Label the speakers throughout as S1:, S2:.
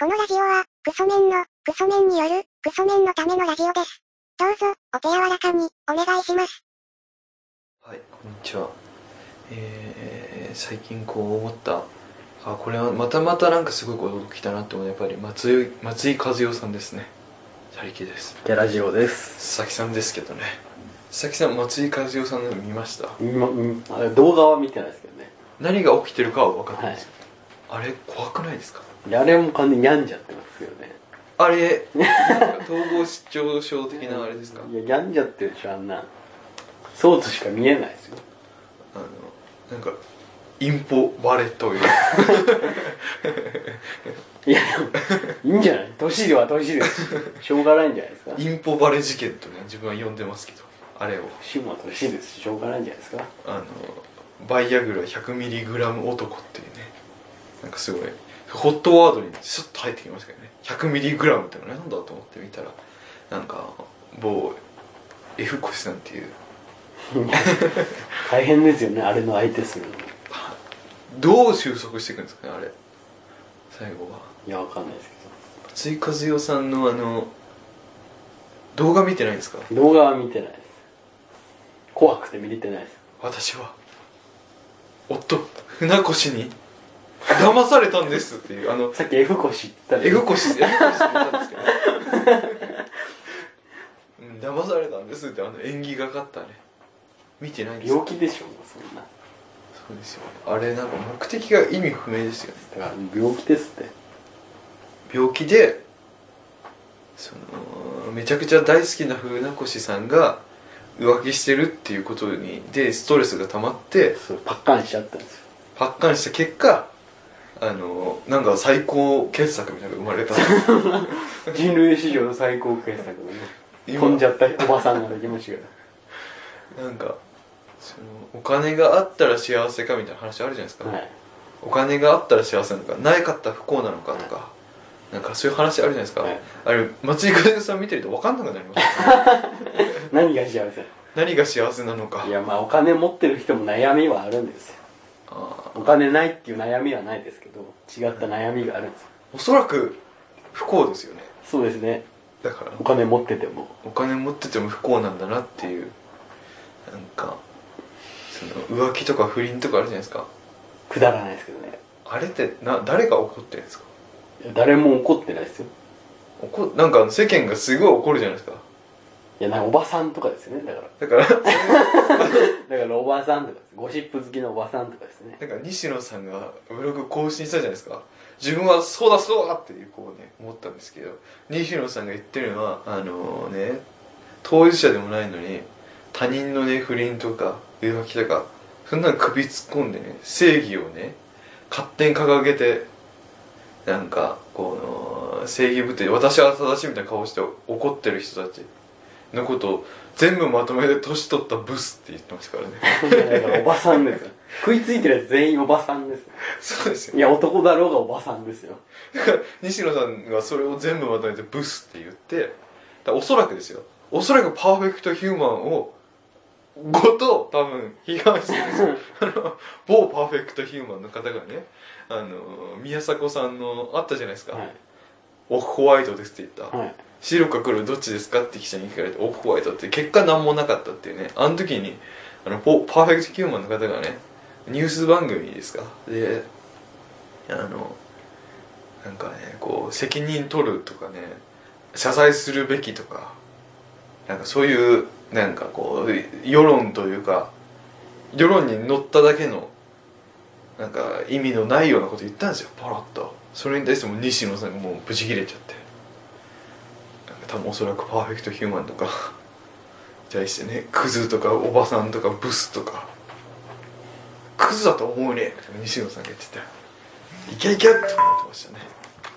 S1: このラジオは、クソメンの、クソメンによる、クソメンのためのラジオです。どうぞ、お手柔らかに、お願いします。
S2: はい、こんにちは。えー最近こう思った、あ、これはまたまたなんかすごいこと起きたなって思うやっぱり松井、松井和代さんですね。チャリキです。
S3: テラジオです。
S2: 佐々木さんですけどね。佐々木さん、松井和代さんの見ました
S3: 今、うん、あれ動画は見てないですけどね。
S2: 何が起きてるかは分かってる
S3: は
S2: んですけど、あれ、怖くないですか
S3: い。あれも完全に病んじゃってますけどね。
S2: あれ、なんか統合失調症的なあれですか
S3: いや、病んじゃってるでしょ、あんな。そうとしか見えないですよ。
S2: あの、なんか、インポ割れという。
S3: いや、 でもいいんじゃない年では年 ですし。しょうがないんじゃないですか。
S2: インポバレ事件とね、自分は呼んでますけど、あれを。
S3: 年も年ですし、しょうがないんじゃないですか。
S2: あのバイアグラ 100mg 男っていうねなんかすごいホットワードにスッと入ってきましたけどね 100mg ってのは何だと思ってみたらなんか某 F コシさんっていう
S3: 大変ですよね、あれの相手するの。
S2: はどう収束していくんですかねあれ最後はい
S3: や、わかんないです
S2: 松井和代さんのあの動画見てないですか
S3: けど。動画は見てないです。怖くて見れてないです。
S2: 私は夫船越に騙されたんですっていうあの
S3: さっき F 腰って言った
S2: エ
S3: ら
S2: グ、コシエグコシって言ったんですけどうん騙されたんですってあの演技がかったね見てないんですよ
S3: 病気でしょ、もうそんな。
S2: そうですよあれなんか目的が意味不明ですよね
S3: だから、病気ですって。
S2: 病気でそのめちゃくちゃ大好きな風なこしさんが浮気してるっていうことにでストレスが溜まって
S3: そう、パッカンしちゃったんですよ。
S2: パッカンした結果あのなんか最高傑作みたいなのが生まれた
S3: 人類史上の最高傑作のね
S2: 今
S3: 飛んじゃったおばさんができましたけど
S2: なんかそのお金があったら幸せかみたいな話あるじゃないですか、
S3: はい
S2: お金があったら幸せなのかないかったら不幸なのかとか、なんかそういう話あるじゃないですか、
S3: はい
S2: あれ松井和代さん見てると分かんなくなりますよね
S3: 何が幸せ
S2: 何が幸せなのか
S3: いやまあお金持ってる人も悩みはあるんですよ
S2: あ
S3: お金ないっていう悩みはないですけど違った悩みがあるんですよ
S2: ーおそらく不幸ですよね
S3: そうですね
S2: だから
S3: お金持ってても
S2: お金持ってても不幸なんだなっていうなんかその浮気とか不倫とかあるじゃないですか
S3: くだらないですけどね
S2: あれってな誰が怒ってるんですか
S3: いや誰も怒ってないですよ
S2: 怒なんか世間がすごい怒るじゃないですか
S3: いやなんかおばさんとかですよねだから
S2: だから
S3: だからおばさんとかですゴシップ好きのおばさんとかですね
S2: なんか西野さんがブログ更新したじゃないですか自分はそうだそうだっていうこうね思ったんですけど西野さんが言ってるのはあのね当事者でもないのに他人のね不倫とか浮気とかそんなの首突っ込んでね正義をね勝手に掲げてなんかこの正義ぶって私は正しいみたいな顔して怒ってる人たちのことを全部まとめて年取ったブスって言ってましたからね
S3: だからおばさんですよ食いついてるやつ全員おばさんですよ
S2: そうですよ
S3: いや男だろうがおばさんですよ
S2: 西野さんがそれを全部まとめてブスって言ってだからおそらくですよおそらくパーフェクトヒューマンをごと多分批判してるんですよ あの某パーフェクトヒューマンの方がねあの宮迫さんのあったじゃないですか、
S3: はい
S2: オフホワイトですって言った、
S3: はい
S2: 白か黒どっちですかって記者に聞かれてオフホワイトって結果何もなかったっていうねあの時にあのポパーフェクトヒューマンの方がねニュース番組ですかであのなんかねこう責任取るとかね謝罪するべきとかなんかそういうなんかこう世論というか世論に乗っただけのなんか意味のないようなこと言ったんですよパラッとそれに対しても西野さんがもうブチ切れちゃってなんか多分おそらくパーフェクトヒューマンとかに対してねクズとかおばさんとかブスとかクズだと思うね西野さんが言ってたいけいけって思ってましたね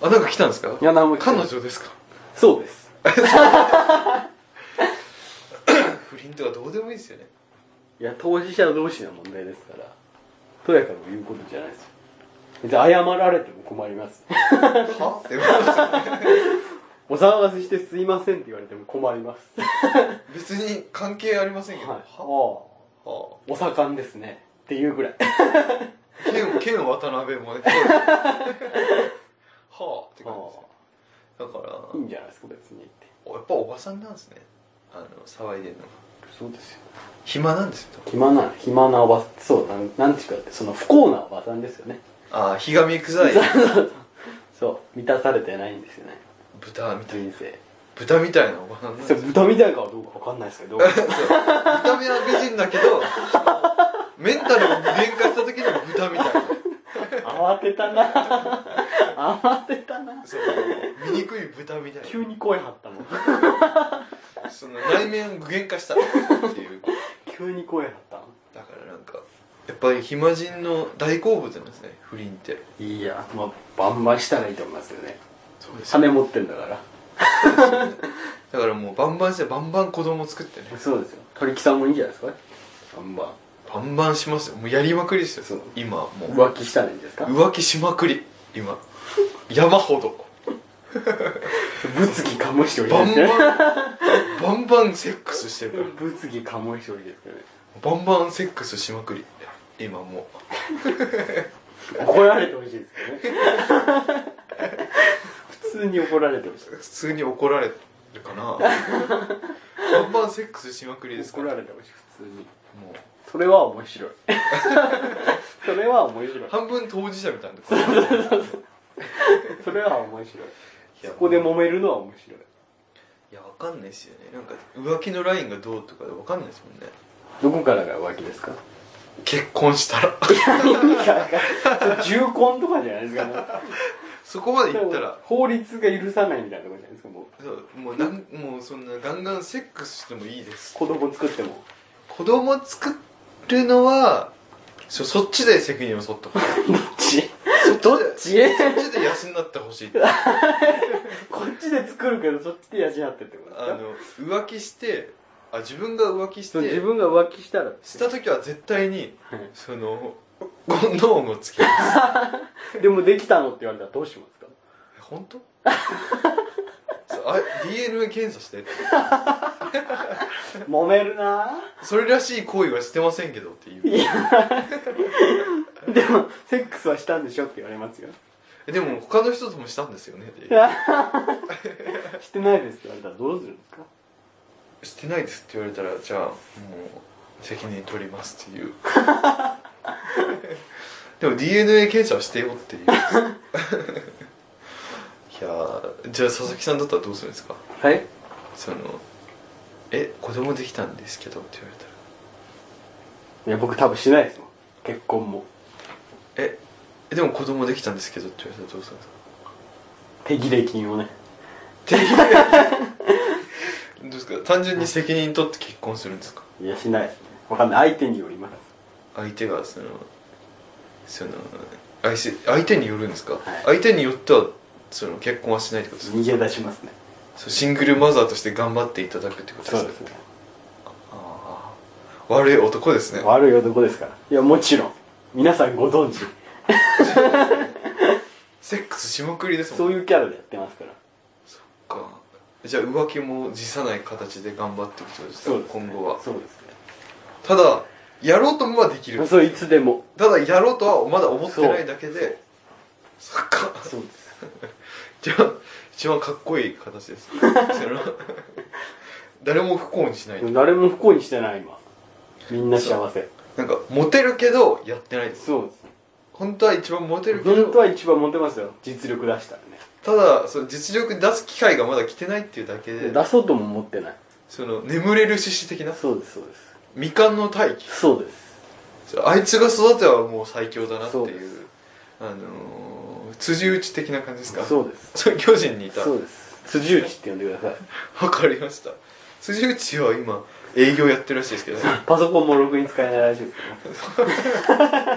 S2: あなんか来たんですか
S3: いや何も来て
S2: 彼
S3: ない
S2: 女ですか
S3: そうです
S2: 不倫とかどうでもいいですよね
S3: いや、当事者同士の問題ですから、とやかく言うことじゃないですよ。別に謝られても困ります。
S2: はって思いますよね
S3: お騒がせしてすいませんって言われても困ります。 はい。
S2: 別に関係ありませんけど、
S3: ああ、
S2: は
S3: お
S2: は
S3: 盛んですね。 っていうぐらい。
S2: ケンケン渡辺もねははあって感じです
S3: は
S2: よだから
S3: あいいんじゃないですか別にって
S2: やっぱおばさんなんですねあの騒いでるのが
S3: そうですよ
S2: 暇なんですよ
S3: 暇な暇なおばそうなんなんていうかってその不幸なおばさんです よね
S2: ああひがみ臭い
S3: そう満たされてないんですよね
S2: 豚みたい
S3: 人生
S2: 豚みたいなおばさんなんです
S3: そ
S2: よ
S3: れ豚みたいかどうかわかんないですけ ど
S2: そう見た目は美人だけどメンタルを限界した時の豚みたいな
S3: 慌てたな 慌てたな
S2: そう醜い豚みたいな
S3: 急に声張ったもん
S2: その内面を具現化したっていう
S3: 急に声張ったも
S2: だからなんかやっぱり暇人の大好物なんですね不倫って
S3: んいやまあバンバンしたらいいと思いますよね
S2: そうで
S3: 金持ってんだから
S2: だからもうバンバンしてバンバン子供作ってね
S3: そうですよ鳥木さんもいいんじゃないですかバンバ
S2: バンバンしますよもうやりまくりですよ
S3: そう
S2: 今も
S3: ン
S2: う
S3: 浮気したらいいんですか
S2: 浮気しまくり今山ほど
S3: 物議かもしおり
S2: バ
S3: で
S2: ン
S3: すね
S2: バンバンバンセックスしてるから
S3: 物議かもしおりですよね
S2: バンバンセックスしまくり今も
S3: 怒られてほしい ですよね普通に怒られてほしいう
S2: 普通に怒られるかなバンバンセックスしまくりですか
S3: 怒
S2: ら
S3: ら
S2: も
S3: れてほしい普通に
S2: う
S3: それは面 白いそれは面 白い
S2: 半分当事者みたいな
S3: それは面白い
S2: いや
S3: そこで揉めるのは面白い
S2: いやわかんないですよねなんか浮気のラインがどうとかわかんないですもんね
S3: どこからが浮気ですか
S2: 結婚したら
S3: 意味がわかんないそれ重婚とかじゃないですかもう
S2: そこまでいったら
S3: 法律が許さないみたいなとこじゃないですかもう
S2: そうもうなんもうそんなガンガンセックスしてもいいです
S3: 子供作っても
S2: 子供作るのはそそっちで責任を取って ほしい
S3: どっち
S2: そっちで
S3: ち
S2: そっちで養ってほしい
S3: こっちで作るけどそっちで養ってってことです
S2: あ
S3: か
S2: の浮気してあ自分が浮気し
S3: その自
S2: て
S3: 分が浮気したら
S2: した時は絶対に
S3: はい
S2: そのゴンドームをつけます
S3: でもできたのって言われたらどうしますか
S2: 本当 そうあ DNA 検査して
S3: 揉めるな
S2: それらしい行為はしてませんけどっていう
S3: いやでもセックスはしたんでしょって言われますよ
S2: えでも他の人ともしたんですよねっていう
S3: してないですって言われたらどうするんですか
S2: してないですって言われたらじゃあもう責任取りますっていう でも DNA 検査はしてよっていう いやーじゃあ佐々木さんだったらどうするんですか
S3: はい
S2: その「え子供できたんですけど」って言われたら
S3: いや僕多分しないですもん結婚も
S2: 「ええでも子供できたんですけど」って言われたらどうするんですか
S3: 手切れ金をね
S2: っていうどうですか単純に責任取って結婚するんですか
S3: いやしないですねわかんない相手によります
S2: 相手がそのその相手相手によるんですか、
S3: はい
S2: 相手によってはその結婚はしないってことですか
S3: 逃げ出しますね
S2: そうシングルマザーとして頑張っていただくってことですか
S3: そうですね
S2: ああ悪い男ですね
S3: 悪い男ですからいやもちろん皆さんご存知
S2: セックスしまくりですも
S3: そ
S2: ん
S3: ういうキャラでやってますから
S2: かじゃあ浮気も辞さない形で頑張っていくってことですか
S3: そうです、ね、
S2: 今後は
S3: そうです
S2: ただやろうともはでき
S3: ね
S2: る
S3: そういつでも
S2: ただやろうとはまだ思ってないだけでそっか
S3: そうです
S2: 一番一番かっこいい形 ですその誰も不幸にしない
S3: でも誰も不幸にしてない今みんな幸せ
S2: なんかモテるけどやってないです
S3: そうです
S2: 本当は一番モテるけ
S3: 本当
S2: ど
S3: は一番モテますよ実力出したらね
S2: ただその実力出す機会がまだ来てないっていうだけで
S3: 出そうとも思ってない
S2: その眠れる獅子的な
S3: そうですそうです
S2: 未完の大器
S3: そうです
S2: そうあいつが育てばもう最強だなって
S3: そうで
S2: い
S3: す
S2: うあのー、辻打ち的な感じですか
S3: そうです
S2: そう巨人にいた
S3: そうです辻内って呼んでください
S2: わかりました辻内は今営業やってるらしいですけどね
S3: パソコンもろくに使えないらしいですけどね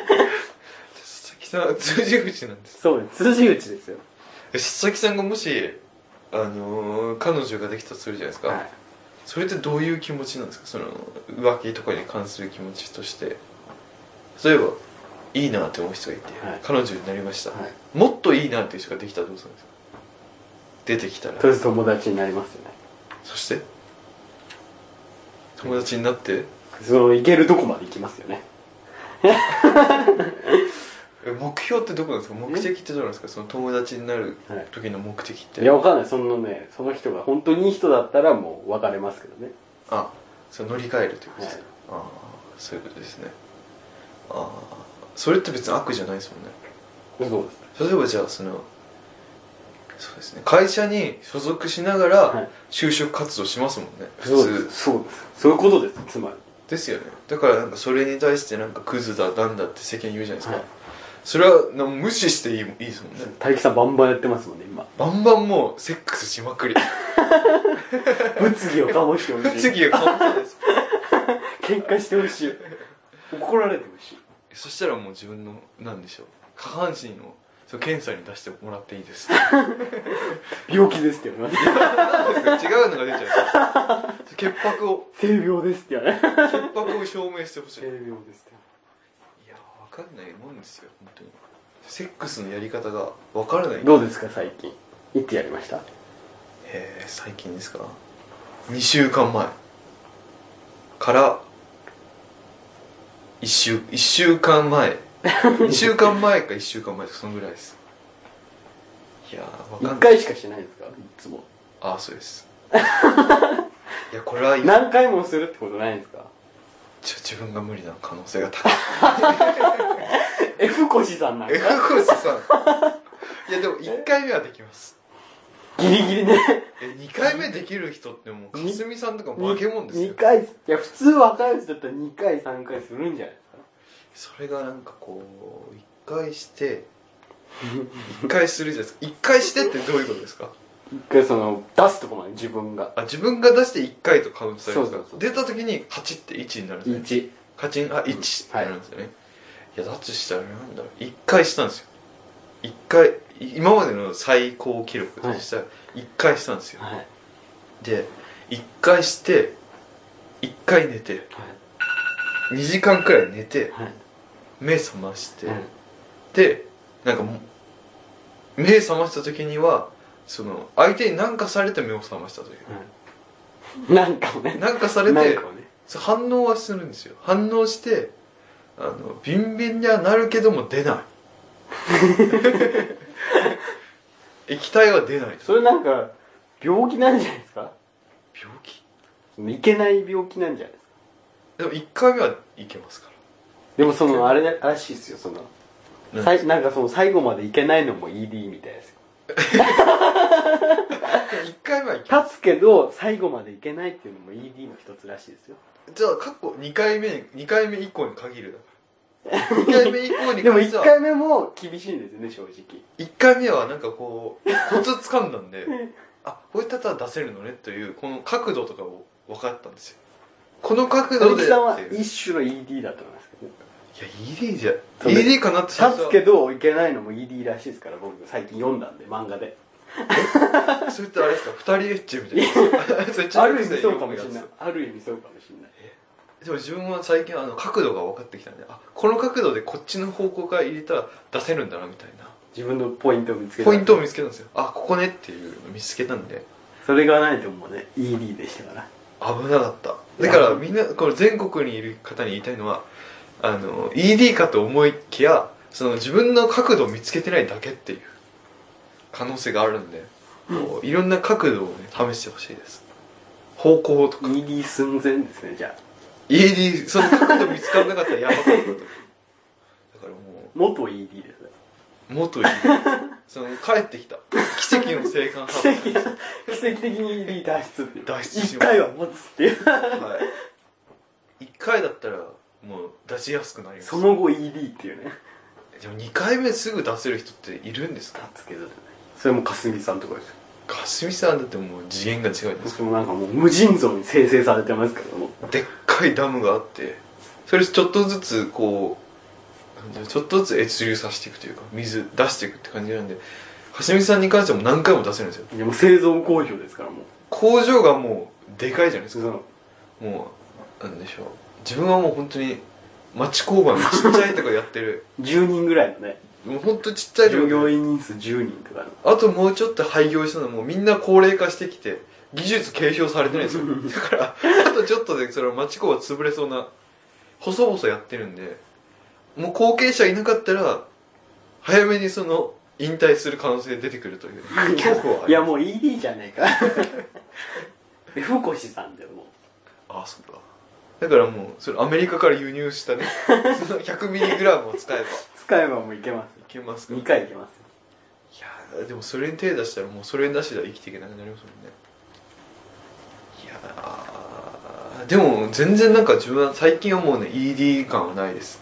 S2: 佐々木さんは辻内なんです
S3: そうです辻内ですよ
S2: 佐々木さんがもし、あのー彼女ができたとするじゃないですか、
S3: はい
S2: それってどういう気持ちなんですかその浮気とかに関する気持ちとして例えばいいなって思う人がいて、
S3: はい
S2: 彼女になりました、
S3: はい
S2: もっといいなっていう人ができたらどうするんですか出てきた
S3: とり
S2: ら
S3: あえず友達になりますよね
S2: そして友達になって
S3: その行けるとこまで行きますよね
S2: え目標ってどこなんですか目的ってどうなんですかその友達になる
S3: はい
S2: 時の目的って、
S3: いや、わかんない。そのね、その人が本当にいい人だったらもう別れますけどね。
S2: あそれ乗り換えるということです
S3: はい
S2: か、ああそういうことですねああそれって別に悪じゃないですもんね
S3: そうです。
S2: 例えばじゃあそのそうですね会社に所属しなが
S3: は
S2: ら
S3: い
S2: 就職活動しますもんね、普
S3: そうで
S2: 通
S3: す。そうです。そういうことです。つまり。
S2: ですよねだからなんかそれに対してなんかクズだなんだって世間言うじゃないですか、
S3: はい
S2: それはな無視していいもんいいですもんね
S3: 大樹さんバンバンやってますもんね、今。
S2: バンバンもうセックスしまくり
S3: 物議を醸してほしい。
S2: 次は本当です
S3: 喧嘩してほしい。怒られてほしい。
S2: そしたらもう自分のなんでしょう下半身をその検査に出してもらっていいです
S3: 病気ですって言われます。
S2: なんですか違うのが出ちゃう潔白を
S3: 性病ですって言われます。
S2: 潔白を証明してほしい
S3: 性病ですって
S2: いやわかんないもんですよ本当にセックスのやり方がわからないへ
S3: どうですか、最近。いつやりました
S2: え最近ですか2週間前から1週1週間 前2週間前か1週間前かそのぐらいですいやーわかんない
S3: 一回しかしないんですかいつも。
S2: ああそうです いやこれは今
S3: 何回もするってことないんですか
S2: ちょ自分が無理な可能性が高い
S3: F コシさんなん
S2: え
S3: か
S2: これさいやでも1回目はできます
S3: ギリギリね
S2: え2回目できる人ってもうかすみさんとか化け物ですよ
S3: 2回いや普通若いやつだったら2回3回するんじゃない
S2: それがなんかこう一回して一回するじゃないですか一回してってどういうことですか
S3: ですか1回その出すとこまで自分が
S2: あ自分が出して一回とカウントされるんですか
S3: そうそうそ
S2: 出
S3: う
S2: た時にカチって1になるんですね
S3: 1
S2: カチンあ1ってなるんですよね、い、やだとしたらなんだろう一回したんですよ一回い今までの最高記録としたら一回したんですよ、
S3: はいはい
S2: で一回して一回寝て2時間くらい寝て
S3: はい
S2: 目覚まして、
S3: うん
S2: でなんかもう目覚ました時にはその相手に何かされて目を覚ましたという
S3: うんなんかをね
S2: 何かさ
S3: な
S2: れ
S3: ん
S2: て
S3: かをね
S2: そう反応はするんですよ反応してあのビンビンにはなるけども出 ない液体は出ない
S3: それなんか病気なんじゃないですか
S2: 病気
S3: いけない病気なんじゃないですか
S2: でも1回目はいけますか
S3: でもそのあれだらしいですよその
S2: ら
S3: さいなんかその最後までいけないのも ED みたいですよ
S2: 1回目はいけま
S3: 立つけど最後までいけないっていうのも ED の一つらしいですよ
S2: すじゃあ過去2回目二回目以降に限る だから2回目以降に
S3: でも
S2: 限って
S3: 1
S2: は
S3: 回目も厳しいんですよね正直
S2: 1回目はなんかこうコツ掴んだんであこういったら出せるのねというこの角度とかを分かったんですよこの角度
S3: 鈴
S2: で
S3: 木さんは
S2: っていうい
S3: 一種の ED だと思いますけどね
S2: や ED じゃ
S3: それ
S2: ED かなって
S3: 立
S2: 初
S3: つ
S2: は
S3: けどいけないのも ED らしいですから僕最近読んだんで漫画で
S2: それってあれですか二人エッチみたい なそれ
S3: あ
S2: 中
S3: る
S2: 学
S3: 意
S2: 生
S3: 味
S2: に
S3: そ
S2: よく
S3: う
S2: や
S3: かも
S2: つ
S3: しれないある意味そうかもしれない
S2: でも自分は最近あの角度が分かってきたんであこの角度でこっちの方向から入れたら出せるんだなみたいな
S3: 自分のポイントを見つけた
S2: ポイントを見つけたんですよあここねっていうのを見つけたんで
S3: それがないともうね ED でしたから
S2: 危なかっただからみんなこの全国にいる方に言いたいのはあの ED かと思いきやその自分の角度を見つけてないだけっていう可能性があるんでこういろんな角度をね試してほしいです方向とか
S3: ED 寸前ですねじゃあ
S2: ED その角度見つからなかったらやばかったと思うだからも
S3: 元 ED ですね
S2: うもっ と ED その帰ってきた奇跡の生還
S3: 奇
S2: 発
S3: 跡奇跡的に ED 脱出っていう
S2: 脱出しまし
S3: 1
S2: た
S3: 回は持つっていう
S2: はい1回だったらもう出しやすくなります
S3: その後 ED っていうね
S2: でも2回目すぐ出せる人っているんですか
S3: 立つけどそれもかすみさんとかですよ
S2: かすみさんだってもう次元が違いです
S3: 僕もなんかもう無尽蔵に生成されてますけども
S2: でっかいダムがあってそれちょっとずつこうなんだろうちょっとずつ越流させていくというか水出していくって感じなんでかすみさんに関してはもう何回も出せるんですよ
S3: いやもう製造工場ですからもう
S2: 工場がもうでかいじゃないです
S3: そ
S2: か
S3: の
S2: もうなんでしょう自分はもう本当に町工場のちっちゃいとこやってる
S3: 10人ぐらいのね
S2: もう本当ちっちゃいとこ
S3: 従業員人数10人とかの
S2: あともうちょっと廃業したのもうみんな高齢化してきて技術継承されてないんです よだからあとちょっとでその町工場潰れそうな細々やってるんでもう後継者いなかったら早めにその引退する可能性出てくるという恐怖はあります
S3: いやもう ED じゃね えかで福越さんだよも
S2: あそうだだからもうそれアメリカから輸入したね その 100mg を使えばいう
S3: 使えばもういけますよ
S2: けますから
S3: 2回いけますよ
S2: いやーでもそれに手出したらもうそれなしでは生きていけなくなりますもんねいやーでも全然なんか自分は最近はもうね ED 感はないです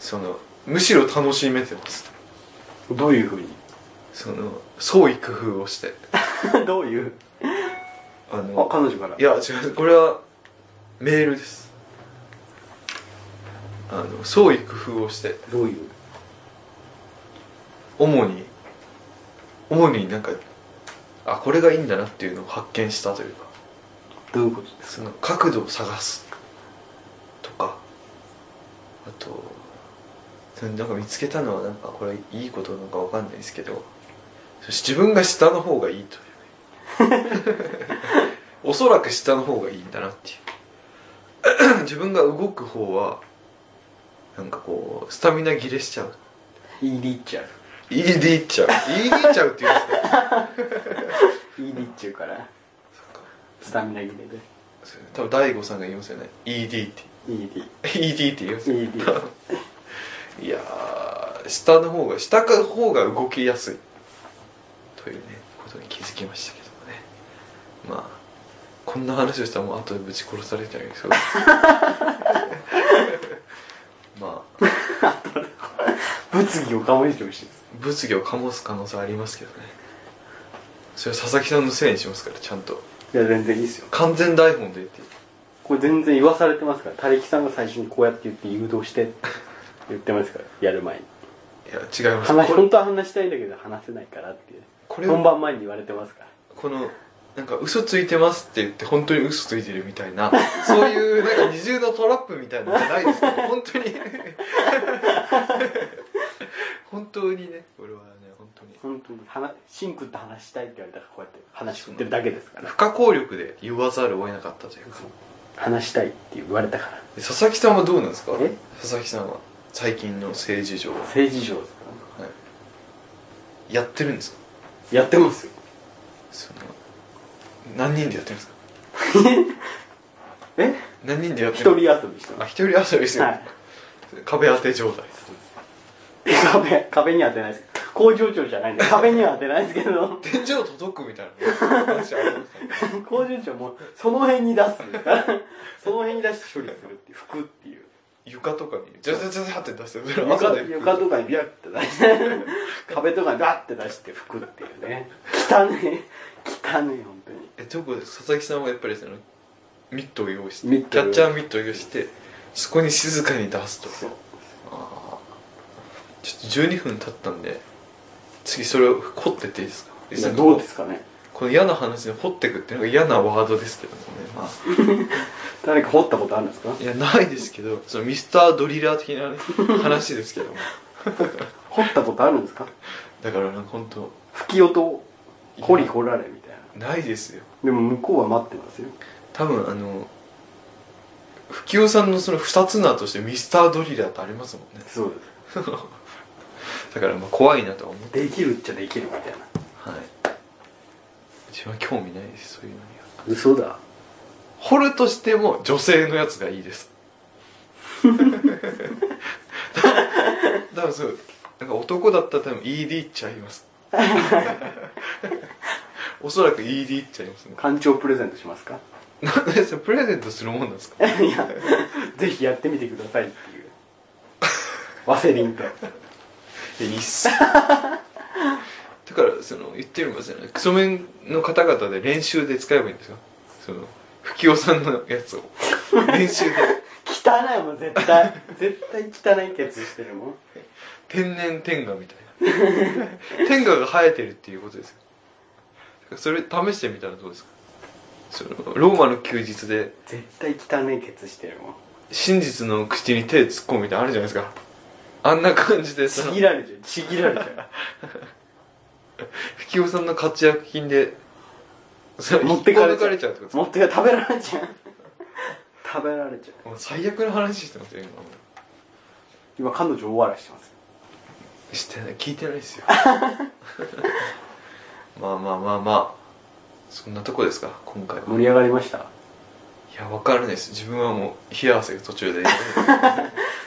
S2: そのむしろ楽しめてます
S3: どういうふうに
S2: その創意工夫をして
S3: どういう
S2: あ
S3: あ
S2: の
S3: 彼女から
S2: いや違うこれはメールですあの創意工夫をして
S3: どういう
S2: 主に主になんかあこれがいいんだなっていうのを発見したというか
S3: どういうことです
S2: その角度を探すとかあとそのなんか見つけたのはなんかこれいいことなのかわかんないですけど自分が下の方がいいという ねおそらく下の方がいいんだなっていう 自分が動く方はなんかこうスタミナ切れしちゃう
S3: ED っちゃう
S2: ED っちゃう ED っちゃうって言うんですか
S3: ED っちゅうから
S2: そっか
S3: スタミナ切れで
S2: そう 多分大悟さんが言いますよね ED って
S3: ED
S2: ED って言いますよ
S3: ED
S2: いやー下の方が下の方が動きやすいというねことに気づきましたけどもねまあこんな話をしたらもう後でぶち殺されちゃうんです けどまあ
S3: 物議を醸してほしいです
S2: 物議を醸す可能性はありますけどねそれは佐々木さんのせいにしますからちゃんと
S3: いや全然いいですよ
S2: 完全台本でって
S3: これ全然言わされてますから他力さんが最初にこうやって言って誘導してって言ってますからやる前に
S2: いや違います
S3: 話
S2: これ
S3: 本当は話したいんだけど話せないからっていう
S2: これ
S3: 本番前に言われてますから
S2: このなんか嘘ついてますって言って本当に嘘ついてるみたいなそういうなんか二重のトラップみたいなのじゃないですけど本当に本当にねこれはね本当に
S3: 本当に話シンクって話したいって言われたからこうやって話振ってるだけですから
S2: 不可抗力で言わざるを得なかったというか
S3: 話したいって言われたから
S2: で佐々木さんはどうなんですか
S3: え
S2: 佐々木さんは最近の政治上
S3: 政治上ですか
S2: やってるんですから
S3: やってますよ
S2: その何人でやってるんですか
S3: え
S2: 何人でやって
S3: 一
S2: る
S3: 人遊びして
S2: あ
S3: ま
S2: 一人遊びです
S3: す
S2: よ、
S3: はい
S2: 壁当て状態
S3: 壁壁には当てないです工場長じゃないんで壁には当てないですけ ど
S2: 天井届くみたいな話ありましたね
S3: 工場長もその辺に出すんですからその辺に出して処理するっていう服っていう
S2: 床とかにジャジャジャジャって出してそれ朝
S3: 床
S2: で
S3: 床とかにビャって出して壁とかにバッて出して服っていうね汚ね汚ね本当に
S2: えということで佐々木さんはやっぱりそのミットを用意して
S3: ミッ
S2: キ
S3: トを
S2: ャ
S3: 用
S2: ッ
S3: 意
S2: チャーミットを用意してそこに静かに出すと
S3: そう
S2: あーちょっと12分経ったんで次それを掘ってっていいですか
S3: いやどうですすかね
S2: この嫌な話で掘ってくっていうのが嫌なワードですけどもねまあ
S3: 誰か掘ったことあるんですか
S2: いやないですけどそのミスタードリラー的な、ね、話です けども
S3: 掘ったことあるんですか
S2: だからなんか本当
S3: 吹き音掘り掘られみたいな
S2: ないですよ
S3: でも向こうは待ってますよ
S2: 多分あの吹雄さんのその二つ名としてミスタードリラーってありますもんね
S3: そう
S2: だからまあ怖いなとは思って
S3: ですできるっちゃできるみたいな
S2: はい自分は興味ないですそういうのには
S3: 嘘だ
S2: 掘るとしても女性のやつがいいです 多分そうなんか男だったら多分 ED っちゃいますおそらく ED っちゃいますね
S3: 館長プレゼントしますか
S2: なんでそれプレゼントするもんなんですか
S3: いやぜひやってみてくださいっていうワセリ ンと
S2: いやいいっすだからその言ってみますよねクソメンの方々で練習で使えばいいんですよその吹雄さんのや つを練習で
S3: 汚いもん絶対絶対汚いケツしてるもん
S2: 天然天下みたいな天下が生えてるっていうことですよだからそれ試してみたらどうですかそのローマの休日で
S3: 絶対汚いケツしてるもん
S2: 真実の口に手突っ込むみたいなのあるじゃないですかあんな感じでそ
S3: ち
S2: の
S3: ぎられちゃうちぎられちゃう
S2: 吹雄さんの活躍品でそれ
S3: 持ってかれちゃう
S2: 引っこ抜かれちゃうってことですか
S3: もっと食べられちゃう食べられちゃう
S2: もう最悪の話してますよ今
S3: 今彼女大笑いしてます
S2: 知ってない聞いてない ですよまあまあまあまあそんなとこですか今回は
S3: 盛り上がりました
S2: いや分からないです自分はもう冷や汗が途中で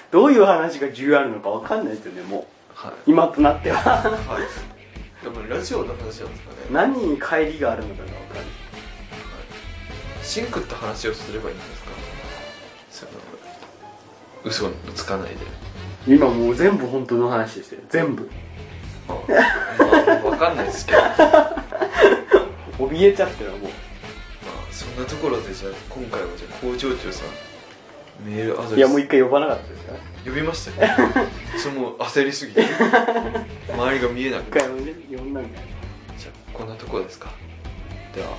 S3: どういう話が重要あるのかわかんないですよねも
S2: は
S3: う今となっては
S2: い、はい、でもラジオの話なんですかね
S3: 何に帰りがあるのかがわかんない
S2: シンクって話をすればいいんですかその嘘のつかないで、
S3: 今もう全部本当の話でしたよ全部
S2: まあ、まあ分かんないですけど、まあ、
S3: 怯えちゃってるもう
S2: そんなところでじゃあ今回はじゃあ工場長さんメールアドレス
S3: いやもう一回呼ばなかったですから
S2: 呼びましたよそれもう焦りすぎて周りが見えなく
S3: 一
S2: て
S3: 回呼んで呼んだみたいな
S2: じゃあこんなとこですかでは